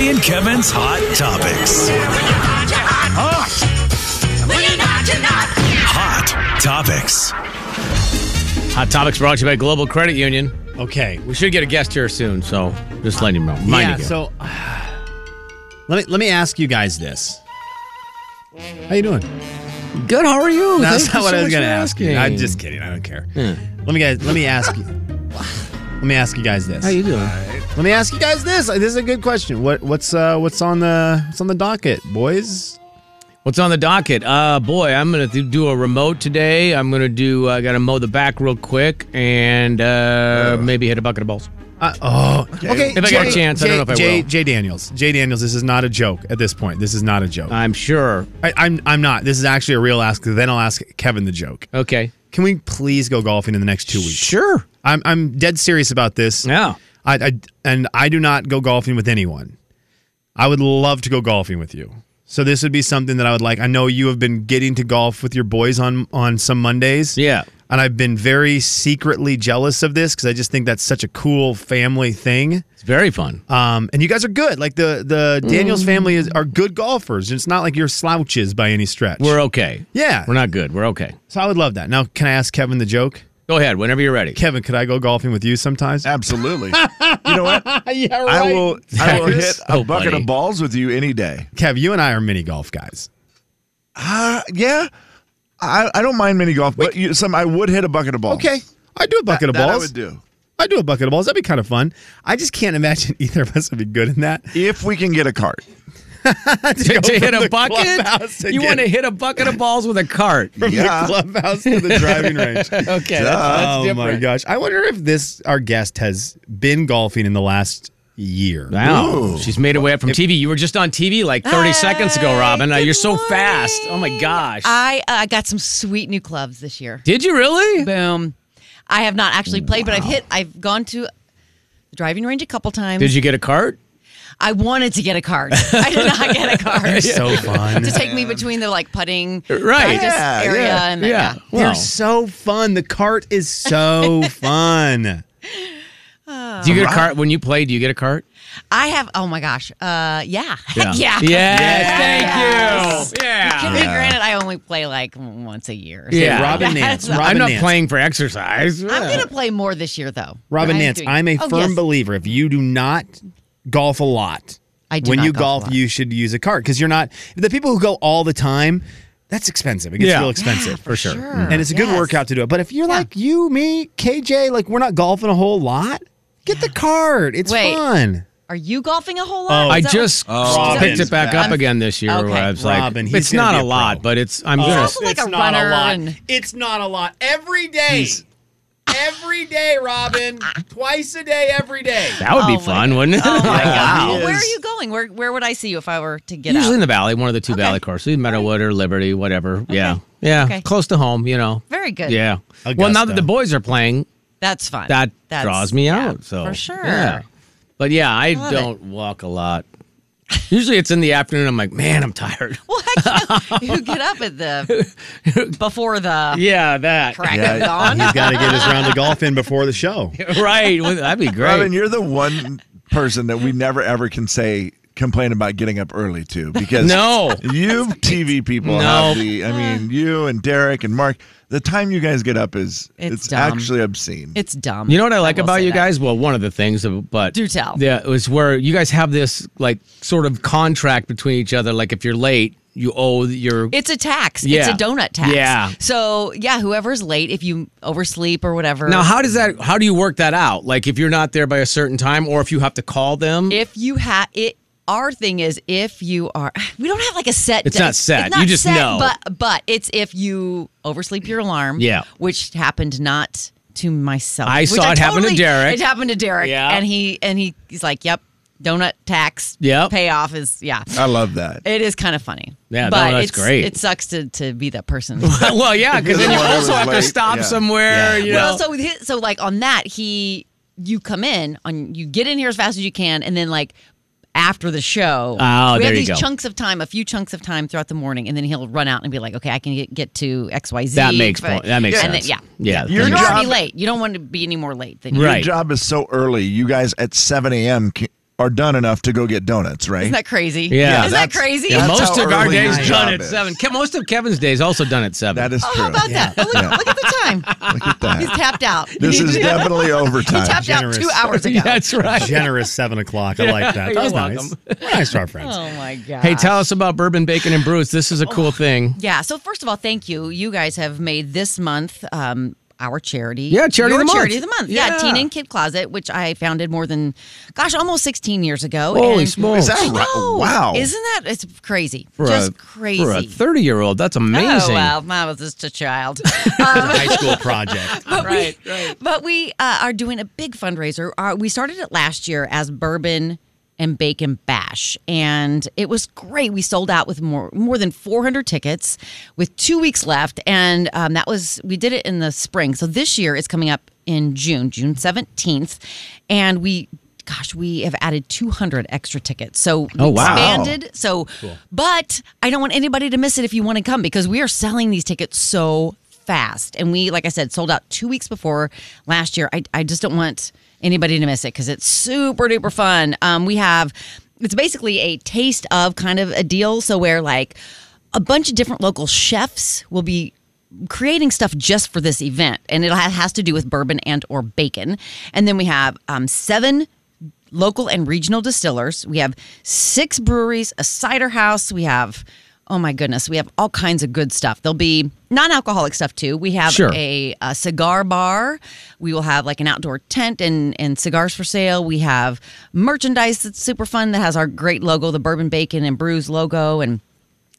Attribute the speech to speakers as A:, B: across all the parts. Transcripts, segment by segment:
A: and Kevin's Hot Topics. Hot Topics.
B: Hot topics brought to you by Global Credit Union.
C: Okay.
B: We should get a guest here soon, so just letting you know. Mind
C: yeah.
B: you.
C: So let me let me ask you guys this. How you doing?
B: good. How are you?
C: No,
B: Thank
C: that's
B: you
C: not what
B: so
C: I was
B: much
C: going to
B: for
C: ask you.
B: asking.
C: I'm just kidding. I don't care. Let me guys. Let me ask you. Let me ask you guys this.
B: How you doing?
C: Let me ask you guys this. This is a good question. What what's uh what's on the what's on the docket, boys?
B: What's on the docket? Uh, boy, I'm gonna th- do a remote today. I'm gonna do. I gotta mow the back real quick, and uh, maybe hit a bucket of balls.
C: Uh, oh, okay.
B: If I got a chance, I don't know if I
C: Jay,
B: will.
C: Jay Daniels. Jay Daniels. This is not a joke at this point. This is not a joke.
B: I'm sure.
C: I, I'm I'm not. This is actually a real ask. Then I'll ask Kevin the joke.
B: Okay.
C: Can we please go golfing in the next two weeks?
B: Sure.
C: I'm I'm dead serious about this.
B: Yeah.
C: I, I and I do not go golfing with anyone. I would love to go golfing with you. So this would be something that I would like. I know you have been getting to golf with your boys on on some Mondays.
B: Yeah.
C: And I've been very secretly jealous of this because I just think that's such a cool family thing.
B: It's very fun.
C: Um, and you guys are good. Like the the
B: Mm-hmm.
C: Daniels family is, are good golfers. It's not like you're slouches by any stretch.
B: We're okay.
C: yeah.
B: We're not good. We're okay.
C: so I would love that. Now, can I ask Kevin the joke?
B: Go ahead. Whenever you're ready.
C: Kevin, could I go golfing with you sometimes?
D: Absolutely. you know what?
C: yeah, right.
D: I will. I will
B: Yes.
D: hit a
B: Oh,
D: bucket
B: buddy.
D: of balls with you any day.
C: Kev, you and I are mini golf guys.
D: Uh, yeah. I, I don't mind mini golf, but you, some I would hit a bucket of balls.
C: Okay. I do a bucket of
D: That
C: balls.
D: I would do
C: I do a bucket of balls. That'd be kind of fun. I just can't imagine either of us would be good in that.
D: if we can get a cart.
B: to, to hit a
C: clubhouse
B: bucket?
C: to
B: You
C: get-
B: want to hit a bucket of balls with a cart? okay.
D: Yeah.
C: Clubhouse to the driving range.
B: That's, that's
C: oh
B: different.
C: my gosh. I wonder if this our guest has been golfing in the last year.
B: Wow.
D: Ooh.
B: She's made her way up from TV. You were just on TV like 30 seconds ago, Robin. Uh,
E: good
B: you're so
E: morning.
B: fast. Oh my gosh.
E: I uh, got some sweet new clubs this year.
B: Did you really?
E: Boom. I have not actually played, but I've hit. I've gone to the driving range a couple times.
B: Did you get a cart?
E: I wanted to get a card. I did not get a card.
C: So fun.
E: to take me between the like putting
B: Right.
E: practice
D: Yeah,
E: area
D: yeah,
E: and like, yeah.
C: They're
B: Wow.
C: so fun. The cart is so fun.
B: Do you get a cart when you play? Do you get a cart?
E: I have. Oh my gosh. Uh, yeah. Heck yeah.
B: Yes. Thank you.
E: Give
B: Yeah.
E: me granted, I only play like once a year.
B: Yeah.
C: Robin Nance.
E: That's not-
C: Robin Oh.
B: I'm not
C: Nance.
B: playing for exercise.
E: I'm gonna play more this year though.
C: Robin
E: I am
C: Nance,
E: doing-
C: I'm a
E: Oh,
C: firm
E: yes.
C: believer if you do not golf a lot,
E: I do
C: when
E: not
C: you
E: golf a
C: golf,
E: lot.
C: you should use a cart because you're not the people who go all the time. That's expensive. It gets
B: Yeah.
C: real
E: Yeah,
C: expensive
E: for sure.
C: and it's a good
E: Yes.
C: workout to do it. But if you're like you, me, KJ, like we're not golfing a whole lot, get the cart. It's
E: Wait.
C: fun.
E: Are you golfing a whole lot?
B: Oh, I
E: Is that
B: just
E: what-
C: Oh,
D: Robin.
B: picked it back up
E: I'm-
B: again this year.
E: Okay.
B: Where I was like,
C: Robin, he's
B: it's not
C: gonna be
B: a,
C: a
B: lot,
C: pro.
B: but it's. I'm
E: Oh.
B: gonna.
E: also like a runner and-
C: It's not a lot. Every day. Every day, Robin. Twice a day, every day.
B: That would be
E: Oh my
B: fun, wouldn't it?
E: Oh my god!
D: He
E: Well, where are
D: is-
E: you going? Where Where would I see you if I were to get
B: Usually in
E: out?
B: the valley, one of the two
E: Okay.
B: valley courses, Meadowood or Liberty, whatever. Yeah, yeah,
E: Okay.
B: close to home. You know.
E: Very good.
B: Yeah. Well, now that the
C: Augusta.
B: boys are playing,
E: that's fun.
B: that
E: That's-
B: draws me
E: yeah,
B: out. So
E: for sure.
B: Yeah. But yeah, I
E: Love it.
B: don't walk a lot. Usually it's in the afternoon. I'm like, man, I'm tired.
E: Well, heck, you, you get up at the before the
B: yeah, that.
E: crack
D: Yeah,
E: of dawn.
C: He's got to get his round of golf in before the show.
B: right. Well, That'd be great.
D: Robin, you're the one person that we never ever can say complain about getting up early to because
B: No.
D: you TV people
B: No.
D: have the. I mean, you and Derek and Mark. The time you guys get up is
E: It's
D: it's,
E: dumb.
D: actually obscene.
E: It's dumb.
B: You know what I like
E: will
B: about
E: say
B: you
E: that.
B: guys? Well, one of the things, uh, but
E: Do tell.
B: Yeah, it was where you guys have this like sort of contract between each other. Like if you're late, you owe your.
E: It's a tax. It's
B: Yeah.
E: a donut tax.
B: Yeah.
E: So yeah, whoever's late, if you oversleep or whatever.
B: now, how does that? How do you work that out? Like if you're not there by a certain time, or if you have to call them.
E: if you have it our thing is if you are we don't have like a set
B: It's
E: day.
B: not set. You just know.
E: but but it's if you oversleep your alarm
B: Yeah.
E: which happened not to myself
B: I
E: which
B: saw it happen to
E: totally-
B: Derek.
E: it happened to derek
B: Yeah.
E: and he and he he's like yep donut tax
B: Yep. Oh.
E: payoff is yeah
D: I love that.
E: it is kind of funny
B: Yeah, no,
E: but
B: that's
E: it's,
B: great.
E: it sucks to to be that person
B: well, yeah, because then you
D: You're the one
B: also
D: who was
B: have to
D: late.
B: stop
D: Yeah.
B: somewhere. You know.
E: Well, so with his, so like on that, he you come in on you get in here as fast as you can, and then like after the show,
B: Oh,
E: we
B: there
E: have
B: you
E: these
B: go.
E: chunks of time, a few chunks of time throughout the morning, and then he'll run out and be like, "Okay, I can get, get to X, Y, Z."
B: That makes
E: but-
B: point- that makes
E: and
B: sense.
E: Then,
B: Yeah,
E: yeah,
B: that
E: You're,
D: makes
E: already
D: sense.
E: late. You don't want to be any more late than you.
B: Right.
D: Your job is so early. You guys at 7 a.m. ca- are done enough to go get donuts, right?
E: Isn't that crazy?
B: Yeah.
E: Isn't that
D: That's-
E: crazy?
B: Yeah,
D: That's
B: most
D: how
B: of our
D: early
B: days
D: his
B: done
D: job
B: at
D: is.
B: seven. Ke- Most of Kevin's days also done at seven.
D: that is
E: Oh,
D: true.
E: how about that? Oh, look, look at the time.
D: Look at
E: He's
D: that.
E: tapped out.
D: This
E: He-
D: is definitely
E: He
D: overtime.
E: tapped
F: Generous.
E: out two hours ago.
B: Yeah, that's right.
F: Generous seven o'clock. I like that.
B: You're
F: That was
B: welcome.
F: nice. Nice to our friends.
E: Oh my god.
B: Hey, tell us about bourbon, bacon, and brews. This is a cool thing.
E: Yeah. So first of all, thank you. You guys have made this month um, our charity.
B: Yeah, charity
E: your
B: of the month.
E: charity of the month. Yeah.
B: Yeah.
E: Teen and Kid Closet, which I founded more than, gosh, almost 16 years ago.
B: Holy
E: And-
B: smokes.
D: Oh, Is that
E: I
D: right?
E: know.
D: Wow.
E: Isn't that it's crazy?
B: For
E: Just
B: a-
E: crazy.
B: For a 30 year old, that's
E: Oh
B: amazing.
E: wow, I was just a child. Um,
F: It's a high school project.
E: right, right. But we uh, are doing a big fundraiser. Uh, we started it last year as Bourbon and Bacon Bash, and it was great. We sold out with more more than 400 tickets, with two weeks left, and um, that was we did it in the spring. So this year it's coming up in June, June 17th, and we. Gosh, we have added 200 extra tickets. So we
B: Oh, wow.
E: expanded. So, but I don't want anybody to miss it if you want to come because we are selling these tickets so fast. And we, like I said, sold out two weeks before last year. I, I just don't want anybody to miss it because it's super duper fun. Um, we have, it's basically a taste of kind of a deal. So, where like a bunch of different local chefs will be creating stuff just for this event and it has to do with bourbon and or bacon and then we have um, seven local and regional distillers. We have six breweries, a cider house. We have, oh my goodness, we have all kinds of good stuff. There'll be non alcoholic stuff too. We have
B: Sure.
E: a, a cigar bar. We will have like an outdoor tent and, and cigars for sale. We have merchandise that's super fun that has our great logo, the Bourbon Bacon and Brews logo. And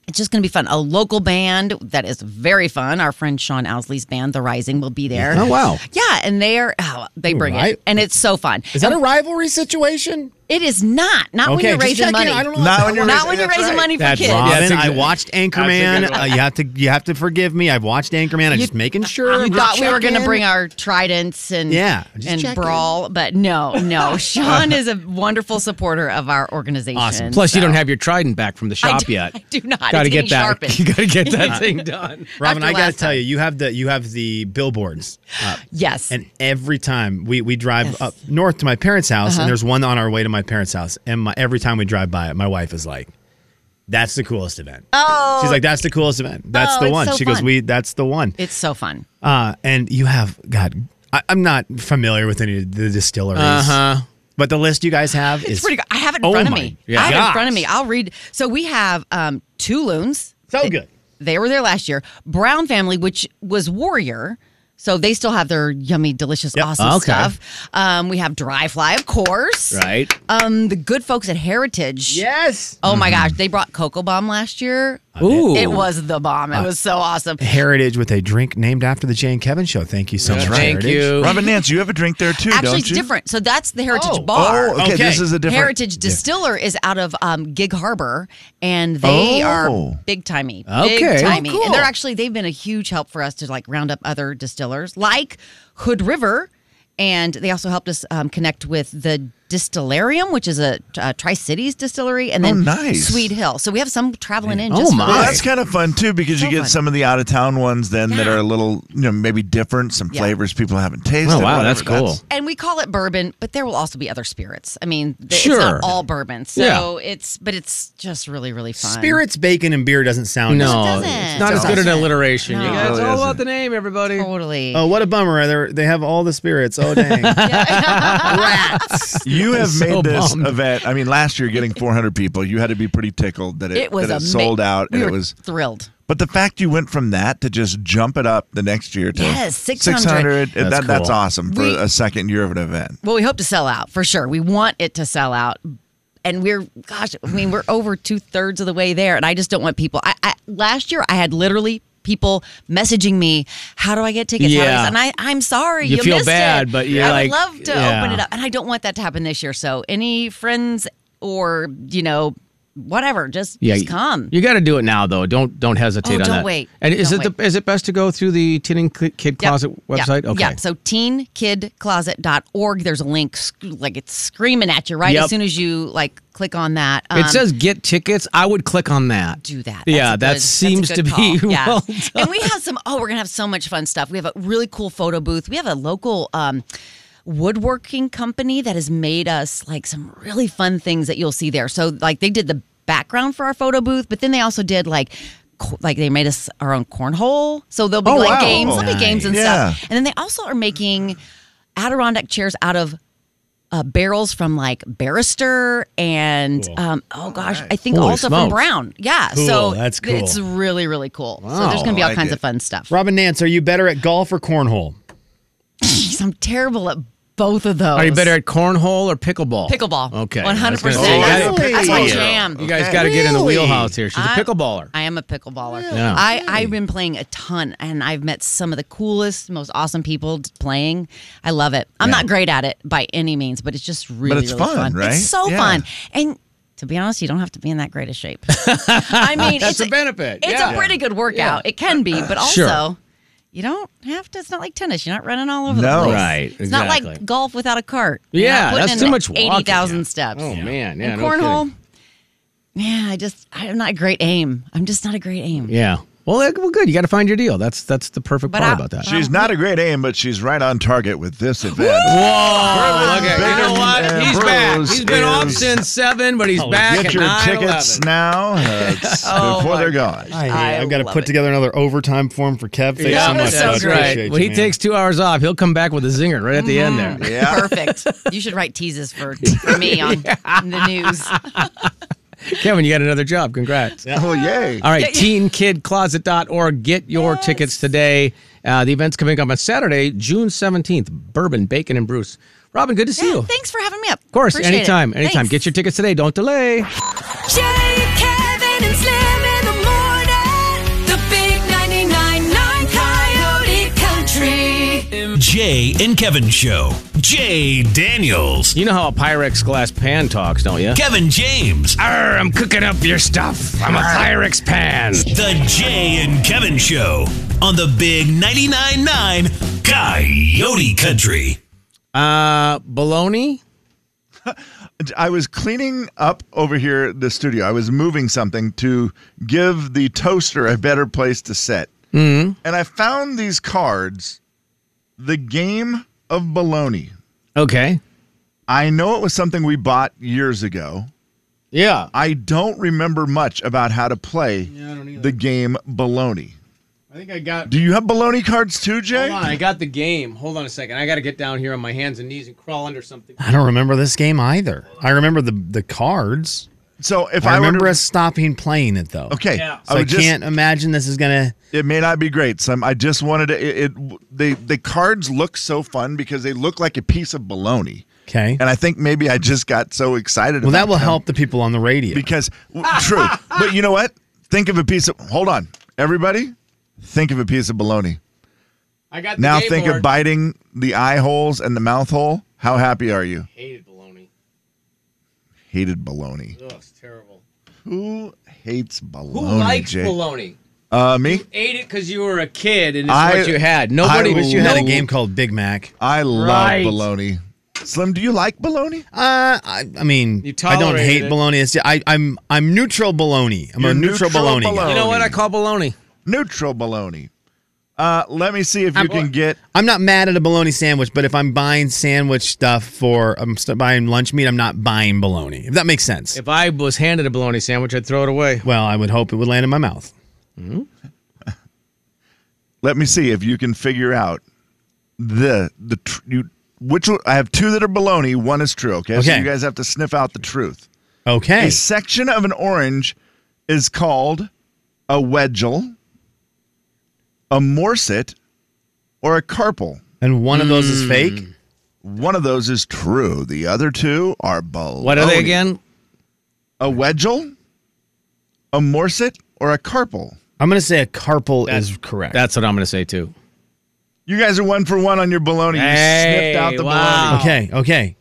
E: it's just going to be fun. A local band that is very fun. Our friend Sean Owsley's band, The Rising, will be there.
B: Oh, wow.
E: Yeah, and they are oh, they bring
F: right.
E: it, and it's so fun.
F: Is that a rivalry situation?
E: It is not. Not when
F: Okay,
E: you're
F: just
E: raising
F: checking.
E: money.
F: I don't know.
D: Not when you're
E: Not
D: raising,
E: when you're
D: that's
E: raising
D: right.
E: money for
F: That's
E: kids.
F: Robin.
B: Yeah, that's
F: I
B: exa-
F: watched
B: that's
F: Anchorman.
B: exactly
F: Uh, you have to you have to forgive me. I've watched Anchorman. I'm just making sure.
E: You thought we were going to
F: Checking.
E: bring our tridents and
F: Yeah, just
E: and
F: checking.
E: brawl, but no, no. Sean is a wonderful supporter of our organization.
F: Awesome.
B: Plus, you
E: so-
B: don't have your trident back from the
E: I
B: shop
E: do-
B: yet.
E: I do not.
B: Gotta get
E: It's getting
B: that.
E: sharpened.
B: You gotta get that thing done.
F: Robin, I
E: after
F: gotta
E: last
F: tell
E: time.
F: you, you have the you have the billboards up.
E: Yes.
F: And every time we, we drive
E: Yes. Uh-huh.
F: up north to my parents' house, and there's one on our way to my parents' house. And my, every time we drive by it, my wife is like, "That's the coolest event."
E: Oh.
F: she's like, "That's the coolest event. That's
E: Oh,
F: the
E: it's
F: one."
E: so
F: she goes,
E: fun.
F: "We, that's the one."
E: it's so fun.
F: Uh, and you have God, I, I'm not familiar with any of the distilleries,
B: Uh-huh.
F: but the list you guys have is
E: It's pretty good. I have it in
F: oh
E: front of
F: my
E: me. I have it in
F: gosh.
E: front of me. I'll read. So we have um, Tuloons.
F: so good.
E: They were there last year. Brown family, which was Warrior. So they still have their yummy, delicious, awesome
B: Okay.
E: stuff. Um, we have Dry Fly, of course.
B: Right.
E: Um, the good folks at Heritage.
F: Yes,
E: Oh my gosh, they brought Cocoa Bomb last year.
B: Ooh.
E: It was the bomb. It was so awesome.
F: Heritage with a drink named after the Jay and Kevin show. Thank you so much.
B: Thank
F: Heritage.
B: you.
D: Robin Nance, you have a drink there too, don't
E: Actually, it's
D: you?
E: different. So that's the Heritage
F: Oh.
E: Bar.
D: Oh, okay,
F: Okay.
D: This is a different.
E: Heritage Distiller is out of um, Gig Harbor, and they
D: Oh.
E: are big timey.
B: Okay.
E: big timey.
B: Oh, cool.
E: And they're actually they've been a huge help for us to like round up other distillers like Hood River, and they also helped us um, connect with the Distillarium, which is a uh, Tri Cities distillery, and then
D: nice.
E: Sweet Hill. So we have some traveling in.
B: Oh,
E: Just for
B: my.
E: us.
D: Well, that's kind of fun too because
E: So
D: you get
E: fun.
D: some of the out of town ones then that
E: Yeah.
D: are a little, you know, maybe different, some
E: Yeah.
D: flavors people haven't tasted.
B: Oh, wow, that's
D: whatever.
B: cool.
E: and we call it bourbon, but there will also be other spirits. I mean, th- it's
B: Sure.
E: not all bourbon. So it's, but it's just really, really fun.
F: Spirits, bacon, and beer doesn't sound
B: no,
E: doesn't.
B: it's not as
E: It
B: good an
E: doesn't.
B: alliteration. You
E: No.
B: guys, it's
D: It
B: all
D: really
B: about
D: isn't.
B: the name, everybody.
E: Totally.
F: Oh, what a bummer! They're, they have all the spirits. Oh dang! Rats.
D: You have
B: so
D: made this
B: bummed.
D: event. I mean, last year getting 400 people, you had to be pretty tickled that it,
E: it was
D: that it
E: ama-
D: sold out,
E: We
D: and it
E: were
D: was.
E: thrilled.
D: But the fact you went from that to just jump it up the next year to
E: Yes, 600.
D: That's, that,
B: That's
D: that's
B: cool.
D: awesome for
E: We-
D: a second year of an event.
B: Um,
E: Well, we hope to sell out for sure. We want it to sell out. And we're, gosh, I mean, we're over two thirds of the way there. And I just don't want people. I, I Last year, I had literally people messaging me, How do I get tickets? How do I-"
B: Yeah.
E: and I, I'm sorry.
B: You
E: You,
B: feel
E: missed
B: bad,
E: it.
B: but you're
E: I
B: like,
E: would love to
B: yeah.
E: open it up. And I don't want that to happen this year. So, any friends or, you know, whatever, just, just come.
B: You got to do it now, though. Don't don't hesitate
E: Oh,
B: on
E: don't
B: that.
E: wait.
B: And is
E: Don't
B: it the,
E: wait.
B: is it best to go through the Tin and Cl- Kid
E: Yep.
B: Closet website?
E: Yeah.
B: Okay.
E: Yeah. So teenkidcloset.org. There's a link, sc- like it's screaming at you right
B: Yep.
E: as soon as you like click on that. Um,
B: it says get tickets. I would click on that.
E: do that. That's
B: yeah,
E: a
B: that
E: good- that's a
B: seems
E: good
B: to be
E: call. Yeah.
B: well
E: And we have some. Oh, we're gonna have so much fun stuff. We have a really cool photo booth. We have a local. Um, woodworking company that has made us like some really fun things that you'll see there. So like they did the background for our photo booth, but then they also did like co- like they made us our own cornhole. So there'll be
D: Oh,
E: like
D: wow.
E: games, there'll be games and
D: Yeah.
E: stuff. And then they also are making Adirondack chairs out of uh, barrels from like Barrister and um, oh gosh, I think
B: Holy
E: also from
B: smokes.
E: Brown. Yeah,
F: Cool,
E: so
F: that's cool.
E: It's really really cool. so there's gonna be
D: I
E: all
D: like
E: kinds
D: it.
E: of fun stuff.
F: Robin Nance, are you better at golf or cornhole?
E: Jeez, I'm terrible at both of those.
B: Are you better at cornhole or pickleball?
E: Pickleball.
B: Okay.
E: 100%.
B: I was gonna say, you gotta-
D: Really?
E: That's my
D: Pickleball.
E: jam.
B: You guys
D: Okay.
B: got to get in the
F: Really?
B: wheelhouse here. She's a
E: I-
B: pickleballer.
E: I am a pickleballer.
B: Yeah.
E: I, I've been playing a ton and I've met some of the coolest, most awesome people t- playing. I love it. I'm not great at it by any means, but it's just really,
D: it's
E: really
D: fun, right?
E: It's so
D: Yeah.
E: fun. And to be honest, you don't have to be in that great a shape. I mean,
B: That's
E: it's
B: the benefit.
E: It's
B: Yeah.
E: a pretty good workout. It can be, but also.
B: Sure.
E: You don't have to. It's not like tennis. You're not running all over
D: No.
E: the place.
B: Right,
E: It's not like
B: exactly.
E: golf without a cart. You're
B: yeah,
E: not putting
B: that's
E: in
B: too much walking.
E: Eighty thousand
B: Yeah.
E: steps.
B: Oh man, yeah.
E: And
B: no
E: cornhole.
B: kidding.
E: yeah, I just I'm not a great aim. I'm just not a great aim.
B: Yeah. Well, that- well, good. You got to find your deal. That's that's the perfect
E: But
B: part
E: I-
B: about that.
D: She's not a great aim, but she's right on target with this
B: Whoa!
D: event.
B: Look at, you know
D: Burton
B: what?
D: and
B: He's back.
D: Bruce
B: He's been off
D: is-
B: since Oh, seven, but he's back
D: Get
B: at Oh
D: your
B: 9,
D: tickets
B: 11.
D: now uh, it's before they're gone.
E: I
F: have got to
E: love
F: put
E: it.
F: together another overtime form for Kev. Thanks
B: Yeah,
F: so much.
B: that's
F: bud. Appreciate
B: right.
F: you,
B: When he
F: man.
B: takes two hours off, he'll come back with a zinger right at the end there.
D: Yeah.
E: Perfect. You should write teases for, for me on the news.
B: Kevin, you got another job. Congrats.
D: Oh, yay.
B: All right, teenkidcloset.org. Get your tickets today. Uh, the event's coming up on Saturday, June 17th. Bourbon, bacon, and Bruce. Robin, good to see you.
E: Thanks for having me up.
B: Of course, anytime, anytime. Get your tickets today. Don't delay.
G: Jay, Kevin, and Slim in the morning. The big 99.9 Coyote Country.
A: Jay and Kevin Show. Jay Daniels.
B: You know how a Pyrex glass pan talks, don't you?
A: Kevin James.
B: Arr, I'm cooking up your stuff. I'm a Pyrex pan.
A: The Jay and Kevin Show on the Big 99.9 9 Coyote Country.
B: Uh, bologna?
D: I was cleaning up over here at the studio. I was moving something to give the toaster a better place to set. Mm-hmm. And I found these cards The Game of Baloney.
B: Okay.
D: I know it was something we bought years ago.
B: Yeah.
D: I don't remember much about how to play the game Baloney.
B: I think I got.
D: Do you have Baloney cards too, Jay?
B: Hold on, I got the game. Hold on a second. I got to get down here on my hands and knees and crawl under something.
F: I don't remember this game either. I remember the the cards.
D: So if I,
F: I remember
D: were to,
F: us stopping playing it though.
D: okay,
B: Yeah.
F: So I,
D: would just-
F: can't imagine this is gonna.
D: It may not be great. Some I just wanted to. It, it they the cards look so fun because they look like a piece of baloney,
F: Okay.
D: and I think maybe I just got so excited.
F: Well, that
D: about
F: will
D: them
F: help the people on the radio.
D: because w- true. But you know what? Think of a piece of. Hold on, everybody. Think of a piece of baloney.
B: I got the
D: Now
B: game
D: think
B: board.
D: of biting the eye holes and the mouth hole. How happy are you?
B: Hated bologna.
D: Hated baloney.
B: Ugh, it's terrible.
D: Who hates baloney?
B: Who likes
D: Jay?
B: bologna?
D: Uh, me.
B: Ate it because you were a kid and it's
D: I-
B: what you had. Nobody
D: I
F: wish you had a
D: No.
F: game called Big Mac.
D: I love
B: Right.
D: baloney. Slim, do you like baloney?
F: Uh, I, I mean,
B: You
F: I don't
B: tolerated
F: hate
B: it.
F: bologna. It's, I, I'm I'm neutral bologna. I'm
D: You're
F: a neutral,
D: neutral
F: bologna. guy.
D: bologna.
B: You know what I call bologna?
D: neutral baloney. Uh, let me see if you
B: I'm-
D: can get.
F: I'm not mad at a bologna sandwich, but if I'm buying sandwich stuff for I'm st- buying lunch meat, I'm not buying bologna. If that makes sense.
B: If I was handed a bologna sandwich, I'd throw it away.
F: well, I would hope it would land in my mouth.
D: Let me see if you can figure out the the tr- you which one, I have two that are baloney. One is true. Okay? so
F: Okay.
D: you guys have to sniff out the truth.
F: Okay.
D: A section of an orange is called a wedgel, a morset, or a carpel.
F: And one of those is fake.
D: One of those is true. The other two are baloney.
B: What are they again?
D: A wedgel, a morset, or a carpel.
F: I'm gonna say a carpal is correct.
B: That's what I'm going to say too.
D: You guys are one for one on your baloney. you
B: Hey,
D: sniffed out the
B: wow.
D: baloney.
F: okay. Okay.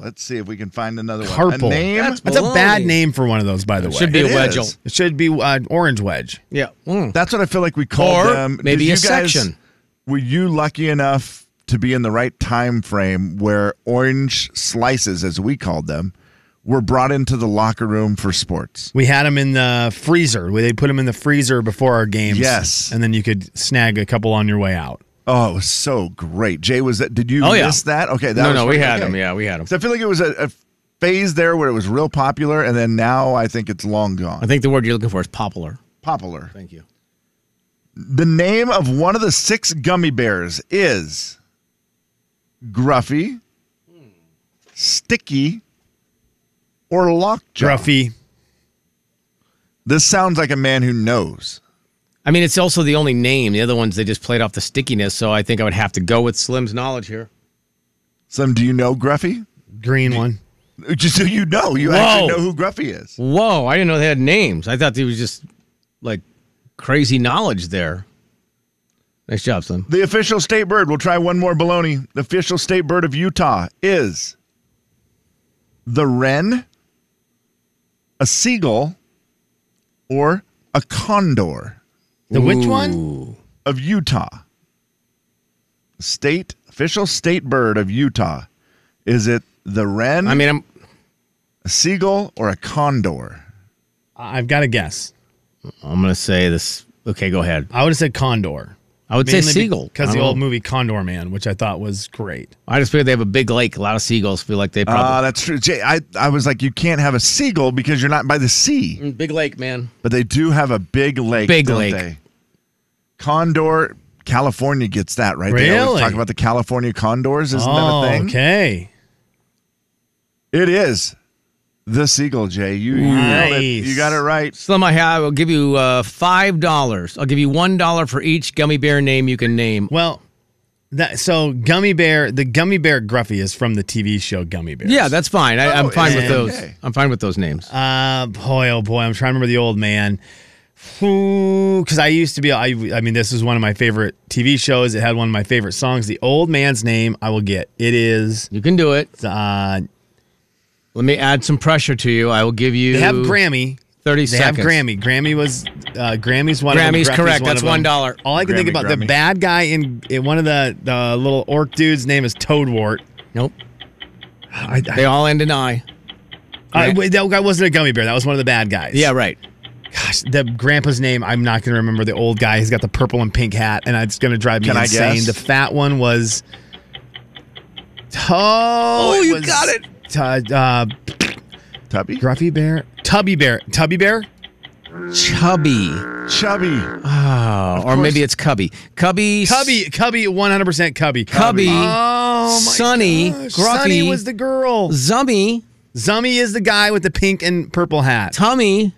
D: Let's see if we can find another one.
F: Carpal.
D: A name?
B: That's-
F: That's
D: That's,
F: a bad
B: Bologna.
F: name for one of those, by the way.
B: Should be
D: It
B: a
D: is.
B: wedgel.
F: It should be uh, orange wedge.
B: Yeah. Mm.
D: what I feel like we called
B: Or
D: them. Did
B: maybe a
D: you guys-
B: section.
D: Were you lucky enough to be in the right time frame where orange slices, as we called them, were brought into the locker room for sports?
F: We had them in the freezer. Where they put them in the freezer before our games.
D: Yes.
F: And then you could snag a couple on your way out.
D: Oh, it was so great. Jay, was that? Did you
B: Oh, yeah.
D: miss that? Okay, that
B: No,
D: was
B: no, we
D: great.
B: had
D: Okay.
B: them. Yeah, we had them.
D: So I feel like it was a, a phase there where it was real popular, and then now I think it's long
B: I
D: gone.
B: think the word you're looking for is popular.
D: Popular.
B: Thank you.
D: The name of one of the six gummy bears is Gruffy, Sticky, or Lockjaw.
C: Gruffy.
D: This sounds like a man who knows.
B: I mean, it's also the only name. The other ones they just played off the stickiness, so I think I would have to go with Slim's knowledge here.
D: Slim, do you know Gruffy?
C: Green one.
D: Just so you know, you
B: Whoa.
D: actually know who Gruffy is.
B: Whoa, I didn't know they had names. I thought they was just like crazy knowledge there. Nice job, Slim.
D: The official state bird, we'll try one more baloney. The official state bird of Utah is the wren, a seagull, or a condor
C: The which one?
D: of Utah. State official state bird of Utah. Is it the wren,
B: I mean, I'm
D: a seagull, or a condor?
C: I've got to guess.
B: I'm gonna say this. Okay, go ahead.
C: I would have said Condor.
B: I would say seagull
C: Because
B: I
C: the
B: don't
C: old
B: know.
C: movie Condor Man, which I thought was great.
B: I just figured they have a big lake, a lot of seagulls. Feel like they
D: Ah,
B: probably
D: that's true. Jay, I, I was like, you can't have a seagull because you're not by the sea.
B: Mm, big lake, man.
D: But they do have a big lake.
B: Big
D: don't
B: lake.
D: They? Condor, California gets that right. They
C: Really?
D: always talk about the California condors. Isn't
C: oh,
D: that a thing?
C: okay.
D: It is the seagull, Jay. You, you nailed it.
C: Nice.
D: You got it right.
B: Slim, I have. I'll give you uh, five dollars. I'll give you one dollar for each gummy bear name you can name.
C: Well, that so gummy bear. The gummy bear Gruffy is from the TV show Gummy Bears.
B: Yeah, that's fine. I, I'm
D: Oh,
B: fine with
D: it's
B: those.
D: okay.
B: I'm fine with those names.
C: Uh, boy, oh boy, I'm trying to remember the old man. Because I used to be, I, I mean, this is one of my favorite TV shows. It had one of my favorite songs. The old man's name, I will get. It is.
B: you can do it.
C: Uh,
B: Let me add some pressure to you. I will give you.
C: they have Grammy.
B: Thirty
C: They
B: seconds.
C: have Grammy. Grammy was uh, Grammy's one.
B: Grammy's
C: of them. Gruffy's
B: correct.
C: One
B: That's
C: of them.
B: one dollar.
C: All I can think
D: Grammy,
C: about the
D: Grammy.
C: bad guy in, in one of the the little orc dudes' name is Toadwort.
B: Nope.
C: I,
B: They all end in I.
C: I- wait, that guy wasn't a gummy bear. That was one of the bad guys.
B: Yeah, right.
C: Gosh, the grandpa's name, I'm not going to remember the old guy. He's got the purple and pink hat, and it's going to drive me
D: Can I
C: insane.
D: guess?
C: The fat one was. Oh,
B: Oh, you
C: was
B: got it.
C: Tu- uh,
D: Tubby?
C: Gruffy Bear? Tubby Bear. Tubby Bear?
B: Cubby.
D: Chubby.
B: Oh, or maybe it's Cubby. Cubby.
C: Cubby. Cubby, 100% Cubby.
B: Cubby.
C: Oh, my
B: Sunny.
C: gosh. Sunny
B: Gruffy.
C: was the girl.
B: Zummy.
C: Zummy is the guy with the pink and purple hat.
B: Tummy.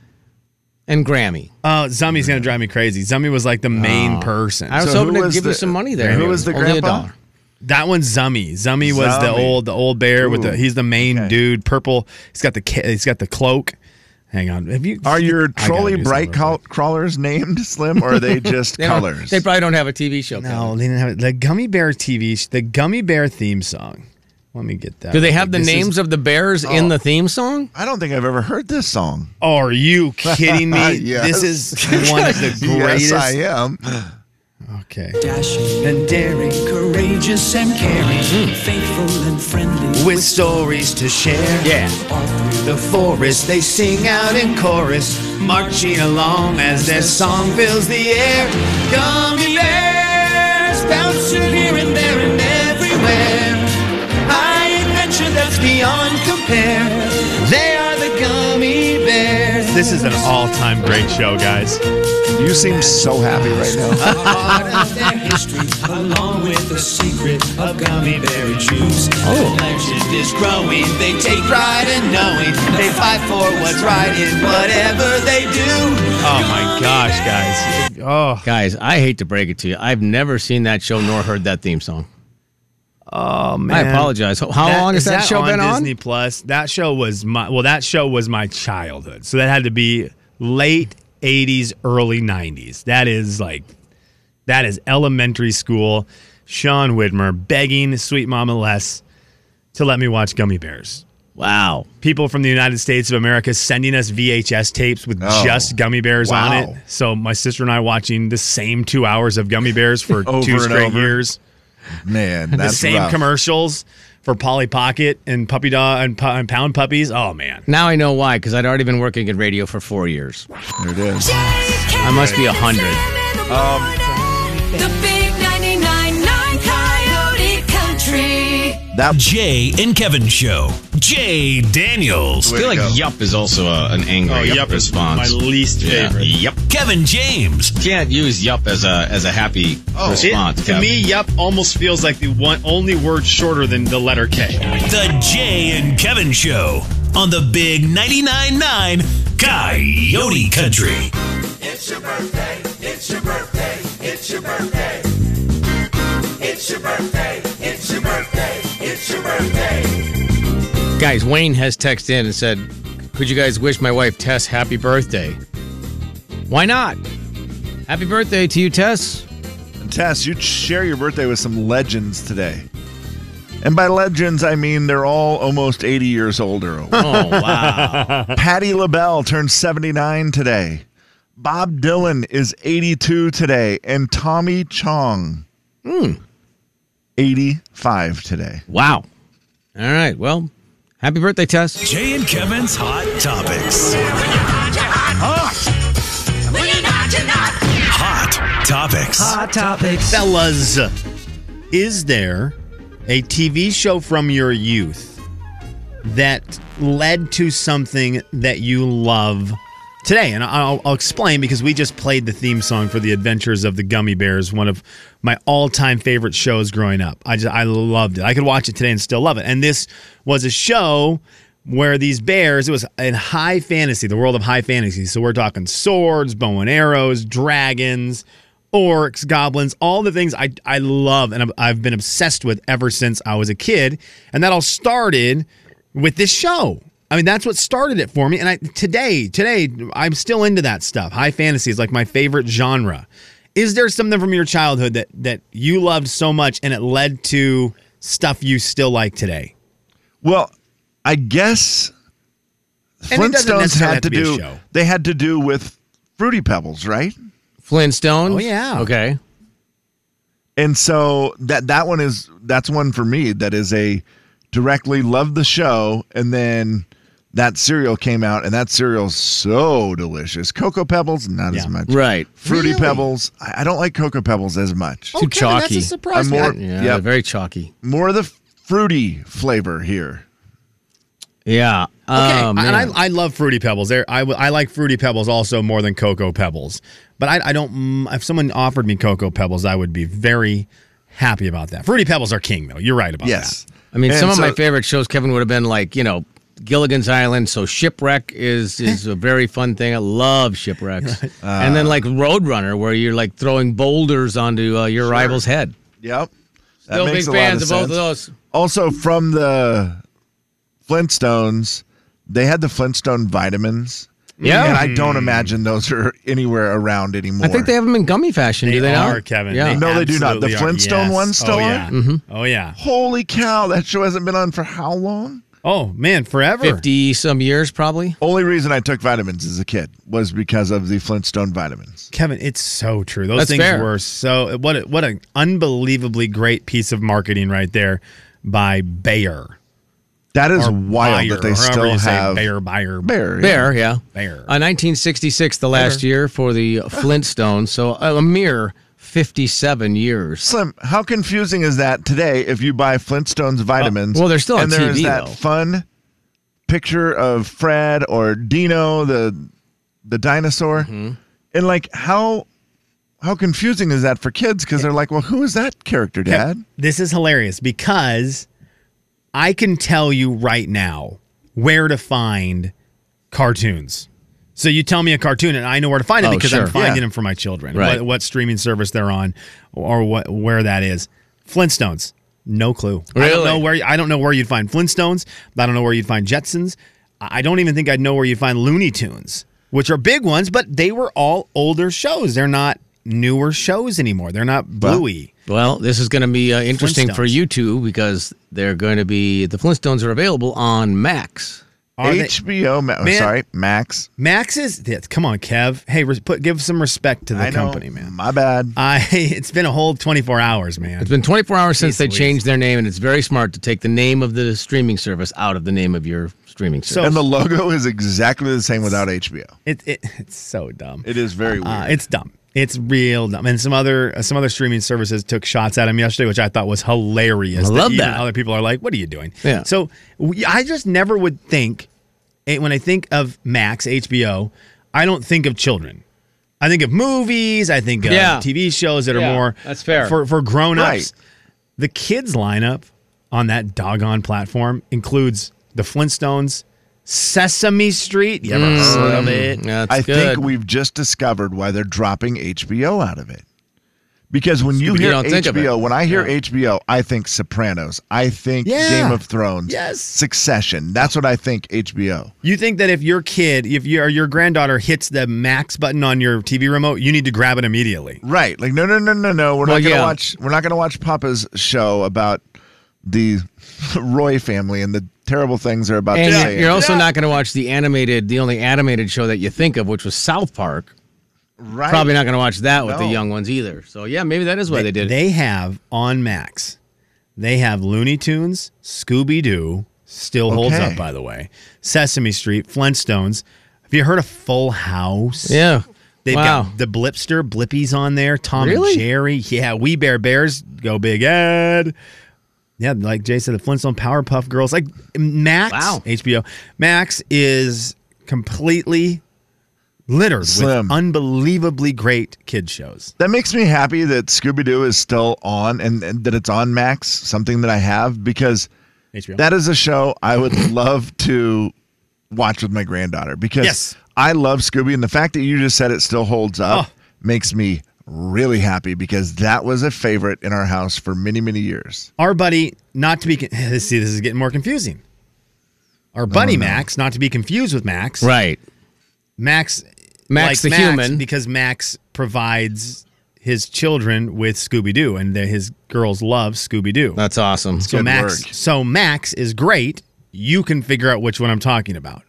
B: And Grammy.
C: Oh, Zummy's going to drive me crazy. Zummy was like the
B: Oh.
C: main person.
B: I was
D: So
B: hoping
D: who
B: to
D: was
B: give you
D: the-
B: some money there.
D: who was the
B: Only a
D: grandpa?
B: dollar.
C: That one's Zummy. Zummy was the
D: Zummy.
C: old the old bear with the
D: Ooh.
C: he's the main
D: Okay.
C: dude. Purple. He's got the ca- he's got the cloak. Hang on. Have you
D: Are your
C: I gotta
D: trolley
C: do
D: bright
C: something real
D: col- crawlers named Slim, or are they just
B: They don't-
D: colors?
B: They probably don't have a TV show.
C: quick.
B: Kevin.
C: No, they didn't have it. The Gummy Bear TV. sh- The Gummy Bear theme song. Let me get that.
B: Do they
C: real
B: have
C: quick.
B: the
C: This is- Oh.
B: names of the bears in the theme song?
D: I don't think I've ever heard this song.
C: are you kidding me? This
D: Yes.
C: is one of the greatest.
D: Yes, I am.
C: Okay.
A: Dashing and daring, courageous and caring, faithful and friendly.
C: With stories to share. Yeah.
A: All through
C: The forest they sing out in chorus, marching along as their song fills the air. Gummy bears bouncing here and there and everywhere. High adventure that's beyond compare. They are the gummy bears. This is an all-time great show, guys.
D: You seem so happy right now.
A: part of their history, along with the secret of gummy berry juice. Oh. legend is growing, they take pride in knowing they fight for what's right in whatever they do.
C: Oh my gosh, guys. Oh,
B: Guys, I hate to break it to you. I've never seen that show nor heard that theme song.
C: oh
B: I
C: man.
B: apologize. How how long has
C: is
B: that, show
C: on
B: been on?
C: Disney Plus. That show was my well. That show was my childhood. So that had to be late '80s, early '90s. That is like that is elementary school. Sean Widmer begging Sweet Mama Les to let me watch Gummy Bears.
B: Wow.
C: People from the United States of America sending us VHS tapes with
D: Oh.
C: just Gummy Bears on
D: Wow.
C: it. So my sister and I watching the same two hours of Gummy Bears for
D: Over
C: two
D: and
C: straight
D: over.
C: years
D: Man,
C: the
D: that's
C: same
D: rough.
C: commercials for Polly Pocket and Puppy Dog and, Pu- and Pound Puppies. Oh man,
B: Now I know why, because I'd already been working in radio for four years.
D: There it is.
G: I
B: must be a hundred.
G: The big 99.9
D: That
A: Jay and Kevin Show. Jay Daniels.
D: Way
H: I feel
D: to go.
H: like yup is also a, an angry
C: Oh, yup is
H: response.
C: my least
H: Yeah,
C: favorite.
H: Yup.
A: Kevin James.
H: Can't use yup as a as a happy
C: Oh, It-
H: response.
C: to
H: Kev.
C: me, yup almost feels like the one only word shorter than the letter K.
A: The Jay and Kevin Show on the Big 99.9 9 Coyote Country.
B: Guys, Wayne has texted in and said, Could you guys wish my wife Tess happy birthday? Why not? Happy birthday to you, Tess.
D: Tess, you share your birthday with some legends today. And by legends, I mean they're all almost 80 years old or older.
B: Oh, wow.
D: Patty LaBelle turned 79 today. Bob Dylan is 82 today. And Tommy Chong,
C: Hmm.
D: 85 today.
B: wow. All right. Well, happy birthday, Tess.
A: Jay and Kevin's Hot Topics. Hot Topics.
C: Fellas, is there a TV show from your youth that led to something that you love today? And I'll, I'll explain because we just played the theme song for The Adventures of the Gummy Bears, one of my all-time favorite shows growing up. I just I loved it. I could watch it today and still love it. And this was a show where these bears it was in high fantasy, the world of high fantasy. So we're talking swords, bow and arrows, dragons, orcs, goblins, all the things I, I love and I've- I've been obsessed with ever since I was a kid. And that all started with this show. I mean, that's what started it for me. And I today, today, I'm still into that stuff. High fantasy is like my favorite genre. Is there something from your childhood that that you loved so much and it led to stuff you still like today?
D: Well, I guess
C: And it doesn't
D: Flintstones
C: necessarily
D: had
C: have to
D: to,
C: be a
D: do,
C: show.
D: they had to do with Fruity Pebbles, right?
B: Flintstones.
C: Oh, yeah.
B: Okay.
D: And so that that one is that's one for me that is a directly love the show and then that cereal came out and that cereal's so delicious. Cocoa Pebbles not as
C: Yeah.
D: much.
B: Right. Oh.
D: Fruity
C: Really?
D: Pebbles I, I don't like Cocoa Pebbles as much.
B: Too chalky.
C: Oh, That's a surprise.
D: I'm
C: to me.
D: more-
B: yeah,
D: Yep.
B: very chalky.
D: More of the fruity flavor here.
B: Yeah.
C: Okay,
B: Oh,
C: I-
B: man.
C: and I, I love fruity pebbles. There, I, w- I like fruity pebbles also more than cocoa pebbles. But I, I don't. mm, If someone offered me cocoa pebbles, I would be very happy about that. Fruity pebbles are king, though. You're right about
D: Yes.
B: Oh, I mean,
D: And
B: some of
D: so-
B: my favorite shows, Kevin, would have been like, you know, Gilligan's Island. So Shipwreck is
D: Eh.
B: is a very fun thing. I love shipwrecks. and
D: Uh,
B: then like Roadrunner, where you're like throwing boulders onto uh, your rival's head.
D: Yep. That
B: Still big
D: makes a lot
B: fans of both of
D: sense.
B: those.
D: Also from the Flintstones, they had the Flintstone vitamins.
B: Yeah.
D: And I
C: Hmm.
D: don't imagine those are anywhere around anymore.
B: I think they have them in gummy fashion.
C: that.
B: do they
C: are,
B: not?
C: Kevin.
B: Yeah. Mm-hmm.
D: No, they do not. The
C: absolutely are.
D: Flintstone
C: Yes.
D: ones still
C: oh, yeah.
D: are?
C: Oh yeah.
D: Holy cow, that show hasn't been on for how long?
C: Oh man, forever.
B: Fifty some years probably.
D: Only reason I took vitamins as a kid was because of the Flintstone vitamins.
C: Kevin, it's so true. Those
B: That's
C: things
B: fair.
C: were so what a, what an unbelievably great piece of marketing right there by Bayer.
D: That is
C: Or
D: wild
C: Bayer,
D: that they
C: or however
D: still
C: you say
D: have
C: Bayer, Bayer,
D: Bear, yeah.
B: Bear, yeah.
C: Bear.
B: Uh, 1966, the last year for the Flintstones. So uh, a mere 57 years.
D: Slim, how confusing is that today if you buy Flintstones vitamins?
B: well, they're still on
D: and there's
B: TV
D: that
B: though.
D: fun picture of Fred or Dino the the dinosaur.
C: Mm-hmm.
D: And like how how confusing is that for kids cuz they're like, "Well, who is that character, dad?"
C: This is hilarious because I can tell you right now where to find cartoons. So you tell me a cartoon and I know where to find it
B: Oh,
C: because
B: sure.
C: I'm finding
D: Yeah.
C: them for my children.
B: Right.
C: What, what streaming service they're on or what where that is. Flintstones. No clue. I don't
B: Really?
C: know where I don't know where you'd find Flintstones. I don't know where you'd find Jetsons. I I don't even think I'd know where you'd find Looney Tunes, which are big ones, but they were all older shows. They're not newer shows anymore. They're not bluey.
B: Well, this is going to be uh, interesting for
C: Flintstones.
B: you two because they're going to be the Flintstones are available on Max.
C: Are they-
D: HBO, Ma-
C: Man.
D: sorry, Max.
C: Max is yeah, come on, Kev. Hey, res- put, give some respect to the
D: I know,
C: company, man.
D: My bad.
C: I it's been a whole 24 hours, man.
B: It's been 24 hours since
C: Jeez
B: they
C: Louise.
B: changed their name, and it's very smart to take the name of the streaming service out of the name of your streaming service.
D: and the logo is exactly the same without HBO.
C: It, it it's so dumb.
D: It is very weird.
C: Uh, it's dumb. It's real dumb. And some other uh, some other streaming services took shots at him yesterday, which I thought was
B: I
C: hilarious.
B: love
C: even
B: that.
C: Other people are like, "What are you doing?"
B: Yeah.
C: So we, I just never would think eh, when I think of Max HBO, I don't think of children. I think of movies. I think of
B: Yeah.
C: TV shows that are
B: Yeah,
C: more
B: that's fair.
C: for for grown ups.
D: Right.
C: The kids lineup on that doggone platform includes the Flintstones, Sesame Street. You ever heard
B: Mm,
C: of it?
B: That's
D: I
B: good.
D: think we've just discovered why they're dropping HBO out of it. Because when you
B: But you
D: hear
B: don't think of
D: HBO,
B: it.
D: when I hear HBO, I think Sopranos. I think
C: Yeah.
D: Game of Thrones.
C: Yes.
D: Succession. That's what I think HBO.
C: You think that if your kid, if your your granddaughter hits the max button on your TV remote, you need to grab it immediately.
D: Right. Like no no no no no. We're
B: Well,
D: not gonna
B: yeah.
D: watch we're not gonna watch Papa's show about the Roy family and the terrible things they're about
B: And
D: to
B: you-
D: say.
B: you're also not going to watch the animated, the only animated show that you think of, which was South Park.
D: right.
B: Probably not going to watch that with the
D: No.
B: young ones either. So yeah, maybe that is why they, did. it.
C: They have on Max. They have Looney Tunes, Scooby Doo, still holds
D: Okay.
C: up by the way. Sesame Street, Flintstones. Have you heard of Full House?
B: yeah.
C: They've
B: wow.
C: got the Blipster, Blippies on there, Tom
B: Really?
C: and Jerry. Yeah, We Bear Bears, Go Big Ed. Yeah, like Jay said, the Flintstone Powerpuff Girls. Like Max,
B: Wow.
C: HBO. Max is completely littered
D: Slim.
C: with unbelievably great kid shows.
D: That makes me happy that Scooby Doo is still on and, and that it's on Max, something that I have, because
C: HBO.
D: that is a show I would love to watch with my granddaughter because
C: Yes.
D: I love Scooby. And the fact that you just said it still holds up
C: Oh.
D: makes me really happy because that was a favorite in our house for many, many years.
C: Our buddy, not to be con- see, this is getting more confusing. Our buddy
D: Oh,
C: Max, not to be confused with Max.
B: right.
C: Max
B: Max
C: likes
B: the human.
C: because Max provides his children with Scooby Doo and the, his girls love Scooby Doo.
B: That's awesome.
C: So
D: good
C: Max
D: work.
C: so Max is great. You can figure out which one I'm talking about.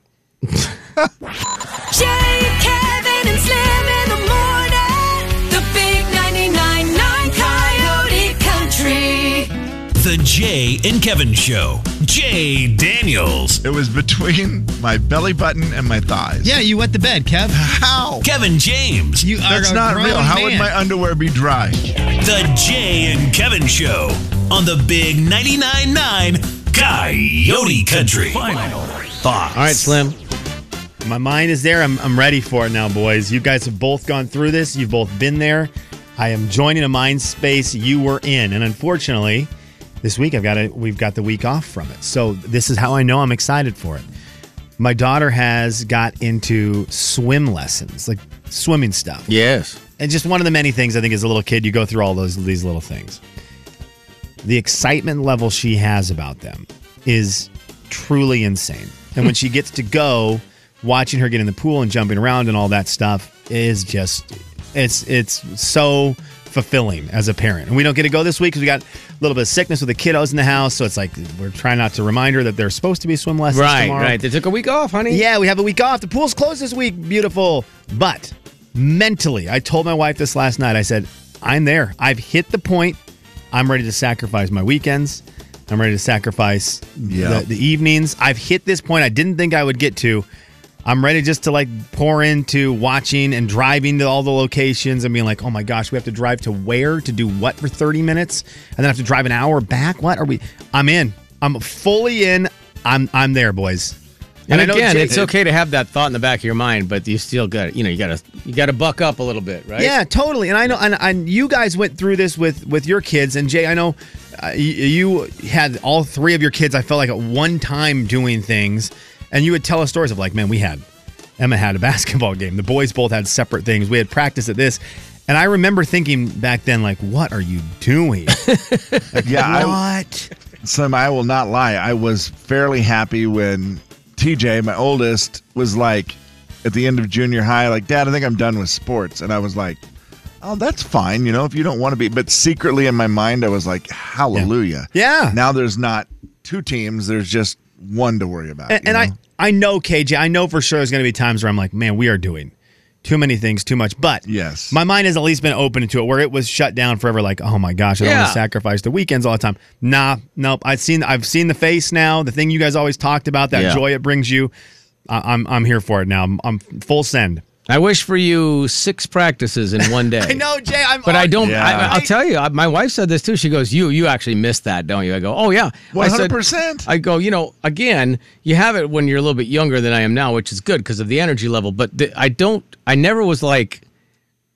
G: Jay, Kevin, and Slim in the morning. The big 99.9 Coyote Country.
A: The Jay and Kevin Show. Jay Daniels.
D: It was between my belly button and my thighs.
I: Yeah, you wet the bed, Kev.
D: How?
A: Kevin James.
I: You are
D: That's
I: a
D: not
I: grown
D: real. How would
I: man.
D: my underwear be dry?
A: The Jay and Kevin Show on the Big 99.9 Coyote Country. Final thoughts.
B: All right, Slim.
C: My mind is there. I'm, I'm ready for it now, boys. You guys have both gone through this. You've both been there. I am joining a mind space you were in, and unfortunately, this week I've got it. We've got the week off from it. So this is how I know I'm excited for it. My daughter has got into swim lessons, like swimming stuff.
B: Yes.
C: And just one of the many things I think as a little kid, you go through all those these little things. The excitement level she has about them is truly insane. And when she gets to go, watching her get in the pool and jumping around and all that stuff is just it's it's so fulfilling as a parent. And we don't get to go this week because we got a little bit of sickness with the kiddos in the house. So it's like we're trying not to remind her that they're supposed to be swim lessons
B: Right.
C: tomorrow.
B: Right. They took a week off, honey.
C: Yeah, we have a week off. The pool's closed this week. Beautiful. But mentally, I told my wife this last night. I said, I'm there. I've hit the point. I'm ready to sacrifice my weekends. I'm ready to sacrifice
D: Yeah.
C: the, the evenings. I've hit this point I didn't think I would get to. I'm ready just to like pour into watching and driving to all the locations and being like, oh my gosh, we have to drive to where to do what for 30 minutes and then have to drive an hour back. What are we? I'm in. I'm fully in. I'm I'm there, boys.
B: And,
C: I know
B: again,
C: Jay-
B: it's okay to have that thought in the back of your mind, but you still got you know you got to you got to buck up a little bit, right?
C: Yeah, totally. And I know, and, and you guys went through this with with your kids. And Jay, I know uh, y- you had all three of your kids. I felt like at one time doing things, and you would tell us stories of like, man, we had Emma had a basketball game. The boys both had separate things. We had practice at this. And I remember thinking back then, like, what are you doing?
D: Yeah, I,
C: what?
D: Slim, I will not lie. I was fairly happy when TJ, my oldest, was like at the end of junior high, like, Dad, I think I'm done with sports. And I was like, Oh, that's fine, you know, if you don't want to be. But secretly in my mind, I was like, Hallelujah.
C: Yeah.
D: Now there's not two teams, there's just one to worry about.
C: and,
D: you
C: and
D: know?
C: I I know KJ. I know for sure there's going to be times where I'm like, man, we are doing too many things, too much. But
D: Yes.
C: my mind has at least been open to it, where it was shut down forever. Like, oh my gosh, I don't want
B: Yeah.
C: to sacrifice the weekends all the time. Nah, nope. I've seen I've seen the face now. The thing you guys always talked about, that
B: Yeah.
C: joy it brings you. I, I'm I'm here for it now. I'm, I'm full send.
B: I wish for you six practices in one day.
C: I know, Jay. I'm
B: But I don't.
D: Yeah.
B: I, I'll tell you. I, my wife said this too. She goes, "You, you actually missed that, don't you?" I go, "Oh yeah, I said-
D: 100%.
B: I go, you know, again, you have it when you're a little bit younger than I am now, which is good because of the energy level. But the, I don't. I never was like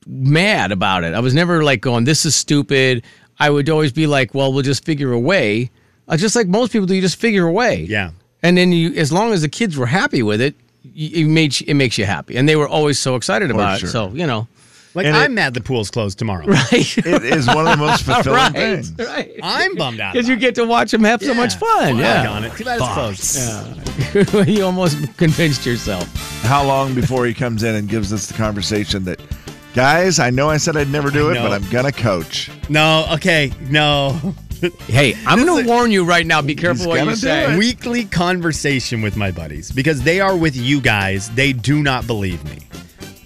B: mad about it. I was never like going, "This is stupid." I would always be like, "Well, we'll just figure a way." Uh, just like most people do, you just figure a way.
C: Yeah.
B: And then you, as long as the kids were happy with it, y- it made you- it makes you happy, and they were always so excited about
D: sure.
B: it. So you know.
C: Like
D: And it-
C: I'm mad the pool's closed tomorrow.
D: It is one of the most fulfilling
B: right,
D: things.
B: right.
C: I'm bummed out.
B: Because you
C: about
B: get to watch them have so
C: it.
B: much
C: Yeah. Oh
B: fun.
C: Fuck
B: Yeah.
C: on it. Too bad it's closed.
B: you almost convinced yourself.
D: How long before he comes in and gives us the conversation that, guys, I know I said I'd never do
C: I
D: it, but
C: know.
D: I'm gonna coach.
C: No. Okay. No.
B: Hey, I'm going to warn you right now. Be careful what
D: gotta
B: you
D: do
B: say.
D: it.
C: weekly conversation with my buddies because they are with you guys. They do not believe me.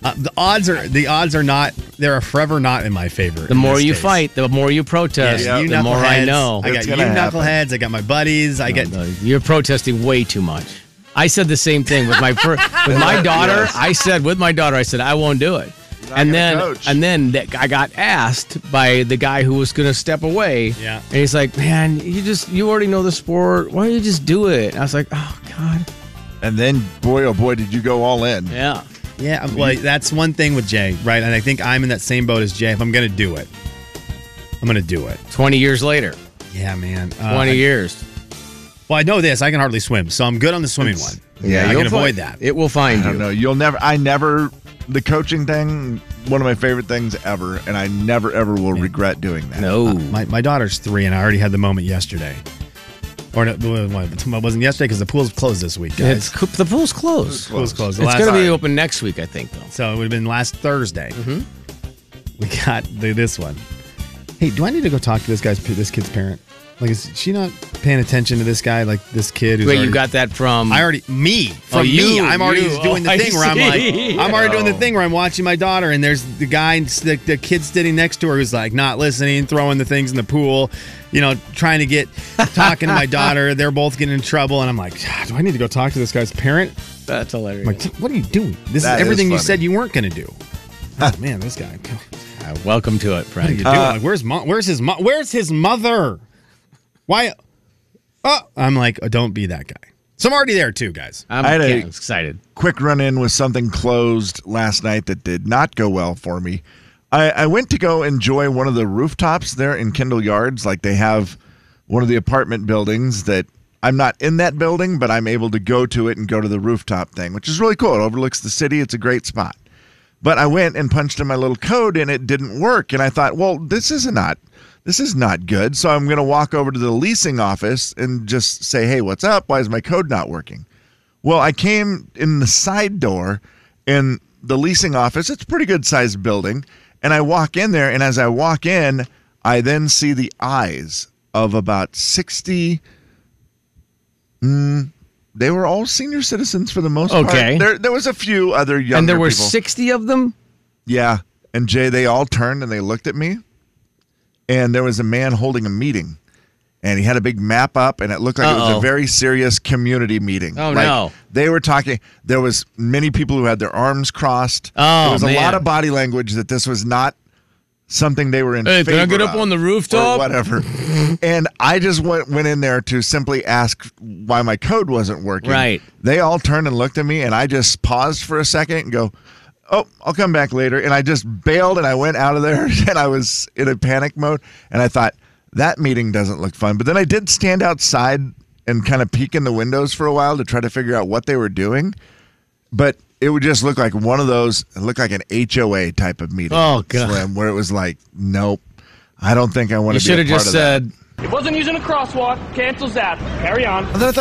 C: Uh, the odds are the odds are not. They are forever not in my favor.
B: The more you fight, the more you protest,
D: Yeah,
C: you
B: the more I
C: knuckleheads.
B: know.
C: I got
D: It's
C: you
D: gonna happen.
C: knuckleheads. I got my buddies. I get.
B: No, You're protesting way too much. I said the same thing with my per- with my daughter. I said with my daughter, I said I won't do it. And
D: gonna
B: then
D: coach.
B: and then that I got asked by the guy who was going to step away.
C: Yeah.
B: And he's like, "Man, you just you already know the sport. Why don't you just do it?" I was like, "Oh God."
D: And then, boy, oh boy, did you go all in.
B: Yeah.
C: Yeah, I'm like that's one thing with Jay, right? And I think I'm in that same boat as Jay. If I'm gonna do it, I'm gonna do it.
B: 20 years later.
C: Yeah, man. Uh,
B: 20
C: I-
B: years.
C: Well, I know this. I can hardly swim, so I'm good on the swimming one.
B: Yeah,
C: I
B: you'll
C: can
B: fi-
C: avoid that.
B: It will find
D: I don't
B: you.
D: know. You'll never. I never. The coaching thing, one of my favorite things ever, and I never ever will regret doing that.
B: No.
C: Uh, My, my daughter's three, and I already had the moment yesterday. Or no, it wasn't yesterday because the pool's closed this week, guys.
B: it's co- the pool's closed.
C: pool's closed. The
B: It's
C: last
B: going to be
C: time.
B: open next week, I think, though.
C: So it would have been last Thursday.
B: Mm-hmm.
C: We got the, this one. Hey, do I need to go talk to this guy's this kid's parent? Like, is she not paying attention to this guy? Like this kid? Who's
B: Wait, you
C: already-
B: got that from.
C: I already me
B: Mm.
C: from
B: Oh,
C: me.
B: you,
C: I'm already
B: you.
C: doing the
B: Oh, I
C: thing where I'm
B: see. Oh.
C: like, I'm already doing the thing where I'm watching my daughter, and there's the guy, and s- the, the kid sitting next to her who's like not listening, throwing the things in the pool, you know, trying to get talking to my daughter. They're both getting in trouble, and I'm like, "God, do I need to go talk to this guy's parent?
B: That's hilarious.
C: I'm like, what are you doing? This
D: That
C: is
D: is
C: everything you
D: funny.
C: said you weren't going to do. Oh man, this guy.
B: Uh, welcome to it,
C: What are
B: Frank.
C: you doing?
D: Uh,
C: like, where's mom? Where's his mom? Where's his mother? Why? Oh, I'm like, oh, don't be that guy. So I'm already there too, guys.
B: I'm
D: I had a-
B: yeah, excited.
D: quick run in with something closed last night that did not go well for me. I, I went to go enjoy one of the rooftops there in Kendall Yards. Like they have one of the apartment buildings that I'm not in that building, but I'm able to go to it and go to the rooftop thing, which is really cool. It overlooks the city, it's a great spot. But I went and punched in my little code and it didn't work. And I thought, well, this is not this is not good. So I'm gonna walk over to the leasing office and just say, hey, what's up? Why is my code not working? Well, I came in the side door in the leasing office. It's a pretty good sized building. And I walk in there. And as I walk in, I then see the eyes of about 60. mm, they were all senior citizens for the most
B: Okay.
D: part. There, there was a few other younger
B: And there were
D: people.
B: 60 of them?
D: Yeah. And Jay, they all turned and they looked at me. And there was a man holding a meeting. And he had a big map up, and it looked like it was
B: Uh-oh.
D: a very serious community meeting.
B: Oh,
D: Like,
B: no.
D: They were talking. There was many people who had their arms crossed.
B: Oh,
D: there was a lot
B: man.
D: of body language that this was not something they were in.
B: Hey, can I
D: favor
B: get up
D: of
B: on the
D: or
B: rooftop?
D: whatever. and I just went went in there to simply ask why my code wasn't working.
B: Right.
D: They all turned and looked at me, and I just paused for a second and go, "Oh, I'll come back later." And I just bailed and I went out of there, and I was in a panic mode. And I thought that meeting doesn't look fun. But then I did stand outside and kind of peek in the windows for a while to try to figure out what they were doing, but. It would just look like one of those, it looked like an HOA type of meeting.
B: Oh, God.
D: Slim, where it was like, nope, I don't think I want
B: You
D: to be a
B: should
D: part
B: have just
D: of that.
B: said,
I: It wasn't using a crosswalk. Cancels that. Carry on.
D: And then I thought,